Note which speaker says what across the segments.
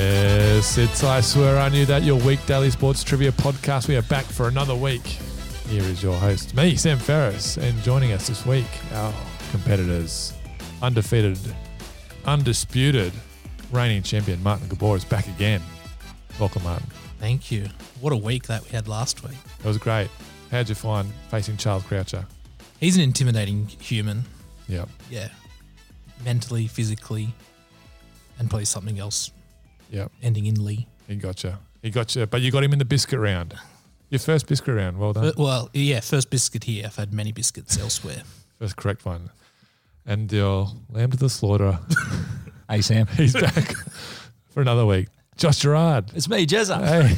Speaker 1: Yes, it's I Swear I Knew That, your week daily sports trivia podcast. We are back for another week. Here is your host, me, Sam Ferris, and joining us this week, our competitors, undefeated, undisputed, reigning champion Martin Gabor is back again. Welcome, Martin.
Speaker 2: Thank you. What a week that we had last week.
Speaker 1: It was great. How'd you find facing Charles Croucher?
Speaker 2: He's an intimidating human.
Speaker 1: Yeah.
Speaker 2: Yeah. Mentally, physically, and probably something else
Speaker 1: Yeah.
Speaker 2: ending in Lee.
Speaker 1: He got you. He got you. But you got him in the biscuit round. Your first biscuit round. Well done.
Speaker 2: But, well, yeah, first biscuit here. I've had many biscuits elsewhere.
Speaker 1: First correct one. And your lamb to the slaughter.
Speaker 3: Hey, Sam.
Speaker 1: He's back for another week. Josh Gerard.
Speaker 3: It's me, Jezza.
Speaker 1: Hey.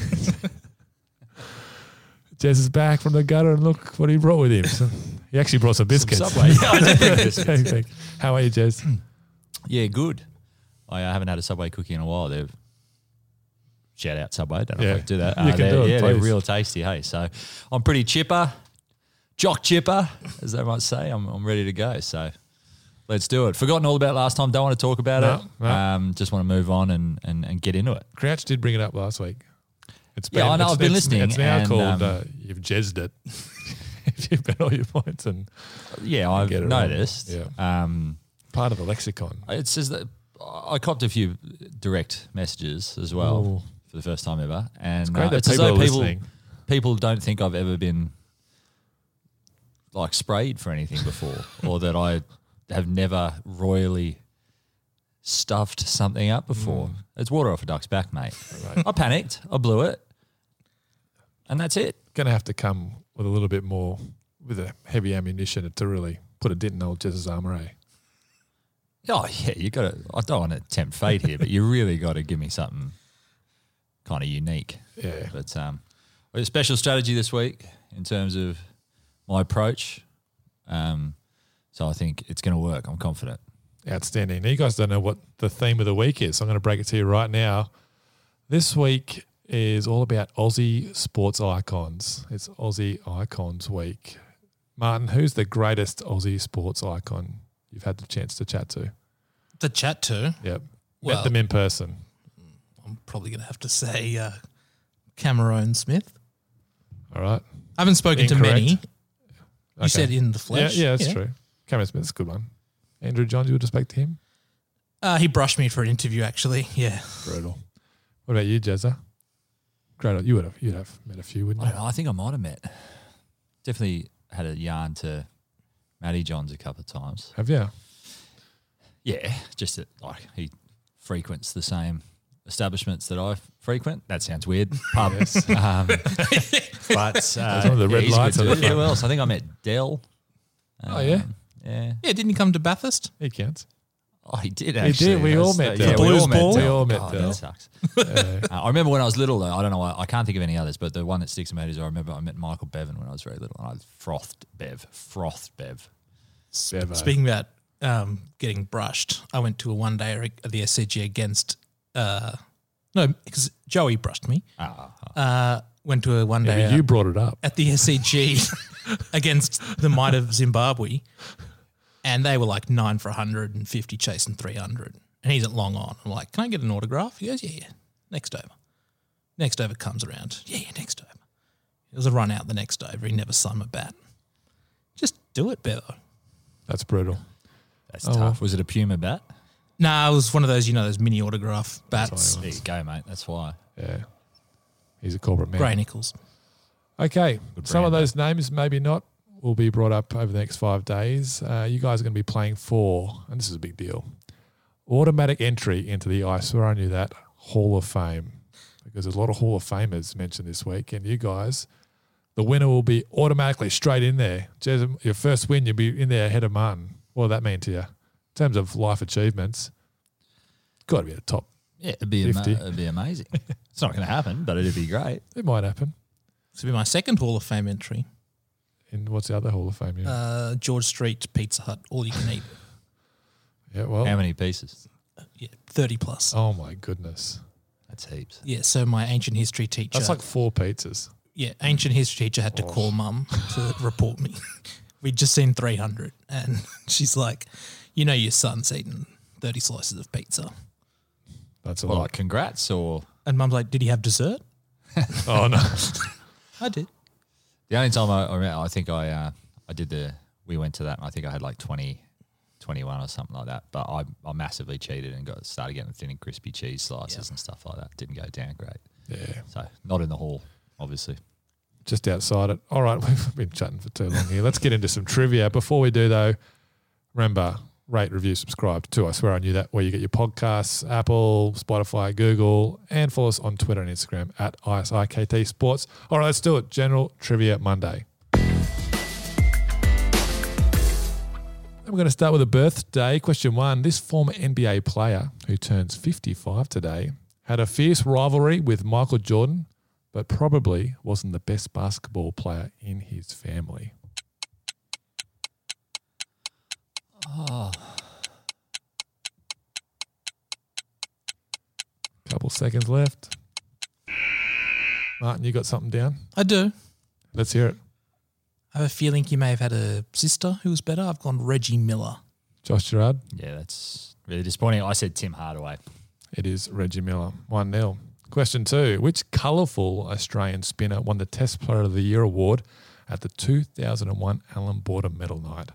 Speaker 1: Jez is back from the gutter and look what he brought with him. So- he actually brought some biscuits.
Speaker 3: Subway. yeah, Hmm. I did think this.
Speaker 1: Thanks, thanks. How are you, Jez?
Speaker 3: Yeah, good. I uh, haven't had a Subway cookie in a while. They've shout out Subway. Don't know
Speaker 1: Yeah.
Speaker 3: if I can do that. Uh,
Speaker 1: You can
Speaker 3: they're-
Speaker 1: do it,
Speaker 3: yeah, they're
Speaker 1: please.
Speaker 3: real tasty. Hey, so I'm pretty chipper, jock chipper, as they might say. I'm, I'm ready to go. So let's do it. Forgotten all about last time. Don't want to talk about
Speaker 1: No,
Speaker 3: it.
Speaker 1: no.
Speaker 3: Um, just want to move on and, and, and get into it.
Speaker 1: Crouch did bring it up last week. It's
Speaker 3: Yeah, I know,
Speaker 1: it's-
Speaker 3: I've been
Speaker 1: it's-
Speaker 3: listening
Speaker 1: It's now
Speaker 3: and,
Speaker 1: called
Speaker 3: um,
Speaker 1: uh, You've Jezzed It. if you bet all your points and
Speaker 3: Yeah, I've
Speaker 1: get it wrong.
Speaker 3: noticed.
Speaker 1: Yeah.
Speaker 3: Um,
Speaker 1: part of the lexicon.
Speaker 3: It says that I copped a few direct messages as well for the first time ever, and it's,
Speaker 1: great that
Speaker 3: it's as
Speaker 1: people
Speaker 3: though
Speaker 1: are
Speaker 3: people
Speaker 1: listening.
Speaker 3: people don't think I've ever been like sprayed for anything before, or that I have never royally stuffed something up before. It's water off a duck's back, mate.
Speaker 1: Mm. Right.
Speaker 3: I panicked, I blew it, and that's it.
Speaker 1: Going to have to come with a little bit more, with a heavy ammunition to really put a dent in old Jez's armour, eh?
Speaker 3: Oh yeah, you got to. I don't want to tempt fate here, but you really got to give me something kind of unique.
Speaker 1: Yeah.
Speaker 3: But um, a special strategy this week in terms of my approach. Um, so I think it's going to work. I'm confident.
Speaker 1: Outstanding. Now, you guys don't know what the theme of the week is, so I'm going to break it to you right now. This week is all about Aussie sports icons. It's Aussie Icons Week. Martin, who's the greatest Aussie sports icon you've had the chance to chat to?
Speaker 2: The chat too,
Speaker 1: Yep. Met
Speaker 2: Well-
Speaker 1: them in person.
Speaker 2: I'm probably going to have to say uh, Cameron Smith.
Speaker 1: All right.
Speaker 2: I haven't spoken to
Speaker 1: Incorrect.
Speaker 2: many. You
Speaker 1: Okay.
Speaker 2: said in the
Speaker 1: Yeah,
Speaker 2: flesh.
Speaker 1: yeah, that's true. Cameron Smith's a good one. Andrew Johns, you would expect him?
Speaker 2: Uh, he brushed me for an interview, actually. Yeah.
Speaker 1: Brutal. What about you, Jezza? Great. You would have you'd have met a few, wouldn't
Speaker 3: I,
Speaker 1: you?
Speaker 3: don't know, I think I might have met. Definitely had a yarn to Matty Johns a couple of times.
Speaker 1: Have you?
Speaker 3: Yeah, just that like he frequents the same establishments that I frequent. That sounds weird. Pub. um, but uh,
Speaker 1: one of the red
Speaker 3: he's good
Speaker 1: lights on
Speaker 3: too.
Speaker 1: the front.
Speaker 3: Who else? I think I met Dell.
Speaker 1: Oh, yeah?
Speaker 3: Um, Yeah.
Speaker 2: Yeah, didn't he come to Bathurst?
Speaker 1: He counts.
Speaker 3: Oh, he did
Speaker 1: did.
Speaker 3: actually.
Speaker 1: We all
Speaker 3: That's-
Speaker 1: met
Speaker 3: yeah,
Speaker 1: Dell.
Speaker 3: we
Speaker 1: Blues
Speaker 3: all met
Speaker 1: ball.
Speaker 3: Dell.
Speaker 1: We all met
Speaker 3: God,
Speaker 1: Dell.
Speaker 3: That sucks. Uh, I remember when I was little, though. I don't know. why I can't think of any others, but the one that sticks in my head is I remember I met Michael Bevan when I was very little, and I frothed Bev, frothed Bev.
Speaker 1: Bevo.
Speaker 2: Speaking about um, getting brushed, I went to a one day at the SCG against, uh, no, because Joey brushed me.
Speaker 3: Ah,
Speaker 2: Uh, went to a one
Speaker 1: Yeah,
Speaker 2: day
Speaker 1: but you brought it up.
Speaker 2: at the SCG against the might of Zimbabwe, and they were like nine for 150, chasing 300. And he's at long on. I'm like, can I get an autograph? He goes, yeah, yeah. Next over. Next over comes around. Yeah, yeah, next over. It was a run out the next over. He never slung a bat. Just do it, Bevo.
Speaker 1: That's brutal.
Speaker 3: that's
Speaker 1: Oh,
Speaker 3: tough. Was it a Puma bat?
Speaker 2: No, it was one of those, you know, those mini autograph bats.
Speaker 1: Sorry,
Speaker 3: There you go, mate. That's why.
Speaker 1: Yeah. He's a corporate man.
Speaker 2: Gray Nichols.
Speaker 1: Okay. Some of
Speaker 3: brand,
Speaker 1: those names, maybe not, will be brought up over the next five days. Uh, you guys are going to be playing for, and this is a big deal, automatic entry into the I swear I knew that Hall of Fame. Because there's a lot of Hall of Famers mentioned this week, and you guys, the winner will be automatically straight in there. Jez, your first win, you'll be in there ahead of Martin. What will that mean to you? In terms of life achievements, got to be at the top.
Speaker 3: Yeah, it'd be, ama-
Speaker 1: 50.
Speaker 3: it'd be amazing. it's not going to happen, but it'd be great.
Speaker 1: It might happen.
Speaker 2: This will be my second Hall of Fame entry.
Speaker 1: And what's the other Hall of Fame? Yeah,
Speaker 2: Uh, George Street Pizza Hut, all you can eat.
Speaker 1: yeah well,
Speaker 3: How many pieces?
Speaker 2: Yeah, 30 plus.
Speaker 1: oh my goodness.
Speaker 3: That's heaps.
Speaker 2: Yeah, so my ancient history teacher.
Speaker 1: That's like four pizzas.
Speaker 2: yeah, ancient history teacher had to call mum to report me. We'd just seen 300, and she's like, "You know, your son's eaten 30 slices of pizza."
Speaker 1: That's a
Speaker 3: Well,
Speaker 1: lot.
Speaker 3: congrats or
Speaker 2: And mum's like, did he have dessert?
Speaker 1: Oh no!
Speaker 2: I did.
Speaker 3: The only time I, I remember, I think I uh, I did the we went to that and I think I had like 20, 21 or something like that. But I, I massively cheated and got started getting thin and crispy cheese slices and stuff like that. Didn't go down great.
Speaker 1: yeah,
Speaker 3: So not in the hall, obviously.
Speaker 1: just outside it. All right, we've been chatting for too long here. Let's get into some trivia. Before we do though, remember rate, review, subscribe to. I swear I knew that. Where you get your podcasts, Apple, Spotify, Google, and follow us on Twitter and Instagram at ISIKT Sports. All right, let's do it. General trivia Monday. And We're going to start with a birthday. Question one. This former NBA player who turns 55 today had a fierce rivalry with Michael Jordan, but probably wasn't the best basketball player in his family. Ah. Couple seconds left. Martin, you got something down?
Speaker 2: I do.
Speaker 1: Let's hear it.
Speaker 2: I have a feeling you may have had a sister who was better. I've gone Reggie Miller.
Speaker 1: Josh Gerard,
Speaker 3: Yeah, that's really disappointing. I said Tim Hardaway.
Speaker 1: it is Reggie Miller. 1 0. Question two Which colourful Australian spinner won the Test Player of the Year award at the 2001 Alan Border Medal Night?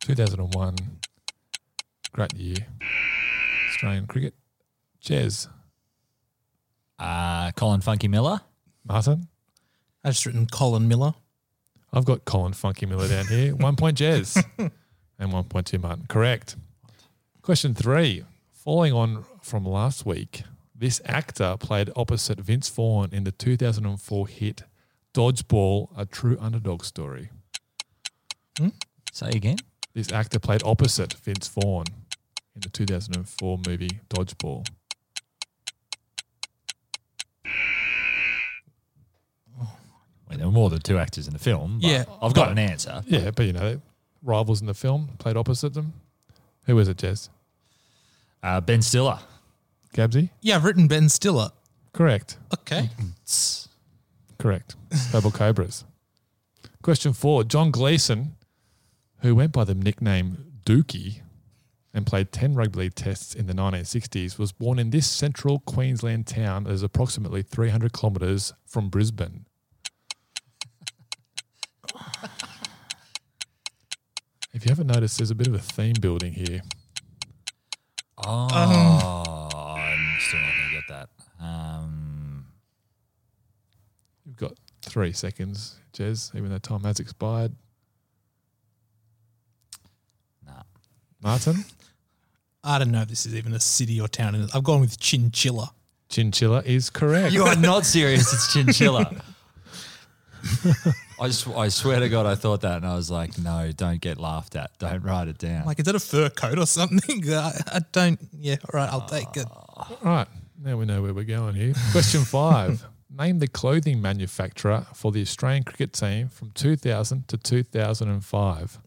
Speaker 1: Two thousand and one, great year, Australian cricket. Cheers,
Speaker 3: Uh, Colin Funky Miller.
Speaker 1: Martin.
Speaker 2: I've just written Colin Miller.
Speaker 1: I've got Colin Funky Miller down here. one point Jez and one point Tim Martin. Correct. Question three. Following on from last week, this actor played opposite Vince Vaughn in the 2004 hit Dodgeball, a true underdog story.
Speaker 3: Say again.
Speaker 1: This actor played opposite Vince Vaughn in the 2004 movie Dodgeball.
Speaker 3: Well, there were more than two actors in the film. But
Speaker 2: Yeah.
Speaker 3: I've got an answer.
Speaker 1: Yeah, but you know, rivals in the film played opposite them. Who was it, Jez?
Speaker 3: Uh, ben Stiller.
Speaker 1: Gabsy?
Speaker 2: Yeah, I've written Ben Stiller.
Speaker 1: Correct.
Speaker 2: Okay.
Speaker 1: Mm-hmm.
Speaker 3: It's-
Speaker 1: Correct. Purple Cobras. Question four. John Gleason, who went by the nickname Dookie and played 10 rugby league tests in the 1960s, was born in this central Queensland town that is approximately 300 kilometres from Brisbane. If you haven't noticed, there's a bit of a theme building here.
Speaker 3: Oh, I'm still not going to get that. Um,
Speaker 1: You've got three seconds, Jez, even though time has expired.
Speaker 3: nah.
Speaker 1: Martin?
Speaker 2: I don't know if this is even a city or town. in it. I've gone with Chinchilla.
Speaker 1: Chinchilla is correct.
Speaker 3: You are not serious. It's chinchilla. I, s- I swear to God, I thought that, and I was like, "No, don't get laughed at. Don't write it down."
Speaker 2: Like, is that a fur coat or something? I, I don't. Yeah, all right, I'll take it.
Speaker 1: All right. Now we know where we're going here. Question five. Name the clothing manufacturer for the Australian cricket team from 2000 to 2005.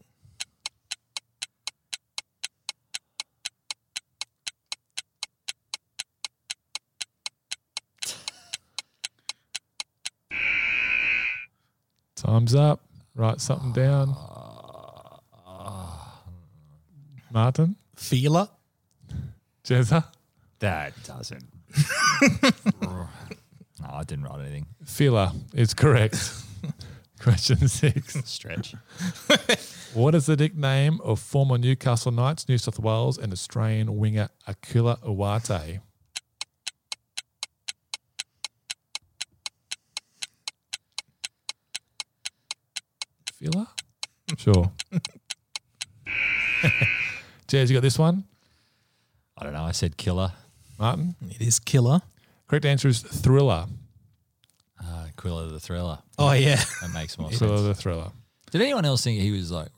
Speaker 1: Time's up. Write something down. Martin,
Speaker 2: Feeler.
Speaker 1: Jezza,
Speaker 3: that doesn't. no, I didn't write anything.
Speaker 1: Fila is correct. Question six.
Speaker 3: Stretch.
Speaker 1: What is the nickname of former Newcastle Knights, New South Wales, and Australian winger Akula Iwate? Fila? Sure. Jez, you got this one?
Speaker 3: I don't know. I said killer.
Speaker 1: Martin?
Speaker 2: It is killer.
Speaker 1: Correct answer is Thriller.
Speaker 3: Uh, Quilla the Thriller.
Speaker 2: Oh yeah.
Speaker 3: That makes more
Speaker 1: Thriller
Speaker 3: sense.
Speaker 1: the Thriller.
Speaker 3: Did anyone else think he was like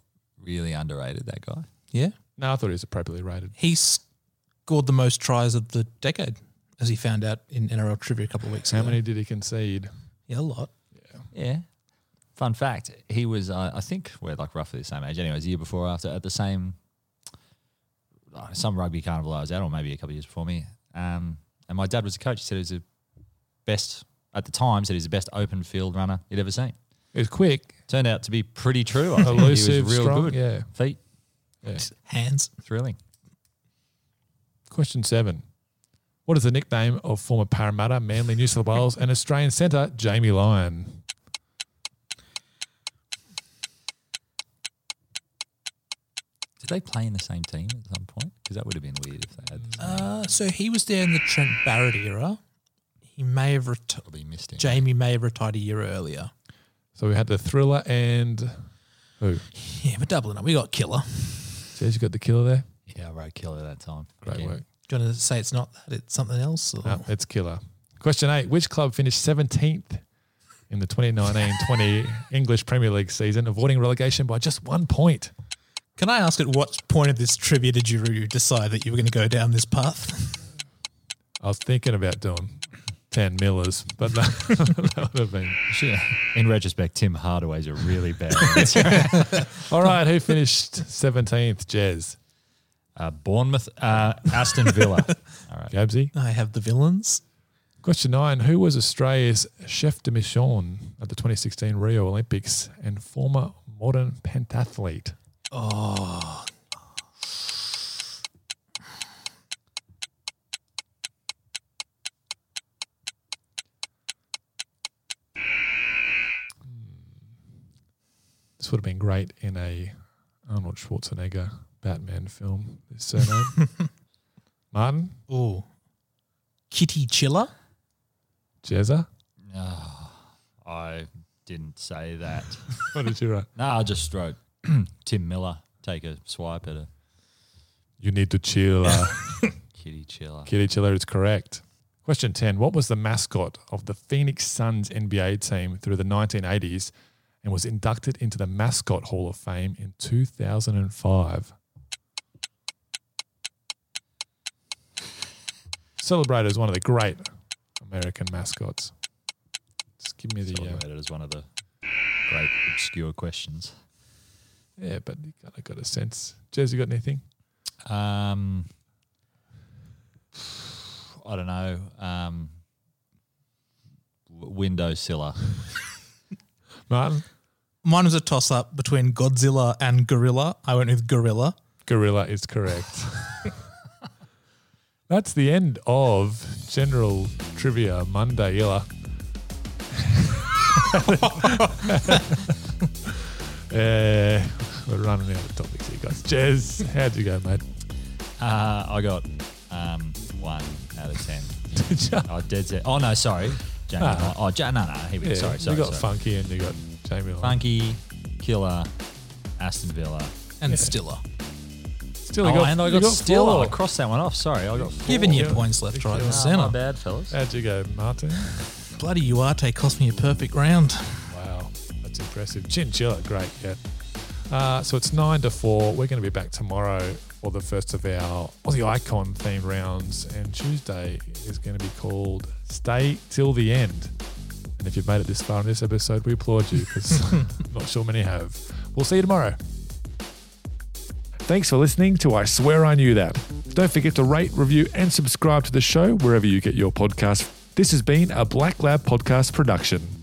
Speaker 3: really underrated? That guy.
Speaker 2: Yeah.
Speaker 1: No, I thought he was appropriately rated.
Speaker 2: He scored the most tries of the decade, as he found out in NRL trivia a couple of weeks
Speaker 1: How
Speaker 2: ago.
Speaker 1: many did he concede?
Speaker 2: Yeah, a lot.
Speaker 3: Yeah. Fun fact: He was, uh, I think, we're like roughly the same age. Anyways, the year before, after at the same uh, some rugby carnival I was at, or maybe a couple of years before me. Um, and my dad was a coach. He said he was the best at the time. Said he was the best open field runner he'd ever seen.
Speaker 1: It was quick,
Speaker 3: Turned out to be pretty true. I think he was
Speaker 1: elusive,
Speaker 3: real
Speaker 1: strong.
Speaker 3: good.
Speaker 1: Yeah.
Speaker 3: Feet,
Speaker 1: Yeah.
Speaker 2: Hands.
Speaker 3: Thrilling.
Speaker 1: Question seven. What is the nickname of former Parramatta, Manly, New South Wales, and Australian centre Jamie Lyon?
Speaker 3: Did they play in the same team at some point? Because that would have been weird if they had.
Speaker 1: Mm.
Speaker 2: Uh, so he was there in the Trent Barrett era. He may have retired.
Speaker 3: Probably missed him.
Speaker 2: Jamie may have retired a year earlier.
Speaker 1: So we had the thriller and who?
Speaker 2: Yeah, but doubling up, we got killer.
Speaker 1: Jez, you got the killer there.
Speaker 3: yeah, I wrote killer that time.
Speaker 1: Great
Speaker 3: Again.
Speaker 1: work.
Speaker 2: Do you want to say it's not that? It's something else? Or?
Speaker 1: No, it's killer. Question eight. Which club finished 17th in the 2019-20 English Premier League season, avoiding relegation by just one point?
Speaker 2: Can I ask at what point of this trivia did you decide that you were going to go down this path?
Speaker 1: I was thinking about doing 10 millers, but no, that would have been.
Speaker 3: Sure. In retrospect, Tim Hardaway's a really bad
Speaker 1: All right, who finished 17th? Jez.
Speaker 3: uh, Bournemouth, uh, Aston Villa. All right.
Speaker 1: Gabsy.
Speaker 2: I have the villains.
Speaker 1: Question nine Who was Australia's chef de mission at the 2016 Rio Olympics and former modern pentathlete? Hmm. Oh. This would have been great in a Arnold Schwarzenegger Batman film, this surname. Martin,
Speaker 2: Oh, Kitty Chiller.
Speaker 1: Jezza.
Speaker 3: No, I didn't say that.
Speaker 1: What did you write?
Speaker 3: no, I just wrote Tim Miller. Take a swipe at a
Speaker 1: You need to chill. Uh,
Speaker 3: kitty chiller.
Speaker 1: Kitty Chiller is correct. Question 10. What was the mascot of the Phoenix Suns NBA team through the 1980s and was inducted into the Mascot Hall of Fame in 2005? Celebrated as one of the great American mascots. Just give me the. uh,
Speaker 3: Celebrated as one of the great obscure questions.
Speaker 1: yeah, but you kind of got a sense. Jez, you got anything?
Speaker 3: Um, I don't know. Um, w- windowsilla.
Speaker 1: Martin?
Speaker 2: Mine was a toss up between Godzilla and Gorilla. I went with Gorilla.
Speaker 1: Gorilla is correct. That's the end of General Trivia Monday, Illa. uh, we're running out of topics here, guys. Jez, how'd you go, mate?
Speaker 3: Uh, I got um, one out of ten. I did say. Oh no, sorry, Jamie.
Speaker 1: Ah.
Speaker 3: Oh, ja- no, no. Here we go.
Speaker 1: Yeah,
Speaker 3: sorry, sorry.
Speaker 1: you got
Speaker 3: sorry.
Speaker 1: Funky and you got Jamie. Lyon.
Speaker 3: Funky, Killer, Aston Villa.
Speaker 2: And Stiller.
Speaker 1: Still,
Speaker 3: Oh,
Speaker 1: you got,
Speaker 3: and I
Speaker 1: you
Speaker 3: got, Stiller.
Speaker 1: four.
Speaker 3: I crossed that one off. Sorry, I got four.
Speaker 2: Giving you
Speaker 1: Yeah.
Speaker 2: points left, right,
Speaker 1: Yeah.
Speaker 2: and
Speaker 3: Ah, my
Speaker 2: centre.
Speaker 3: bad, fellas.
Speaker 1: How'd you go, Martin?
Speaker 2: Bloody Uarte cost me a perfect round.
Speaker 1: Wow, that's impressive. Chinchilla, great, yeah. Uh, so it's nine to four. We're going to be back tomorrow for the first of our Aussie Icon themed rounds, and Tuesday is going to be called "Stay Till the End." And if you've made it this far in this episode, we applaud you because not sure many have. We'll see you tomorrow. Thanks for listening to I Swear I Knew That. Don't forget to rate, review, and subscribe to the show wherever you get your podcast. This has been a Black Lab Podcast production.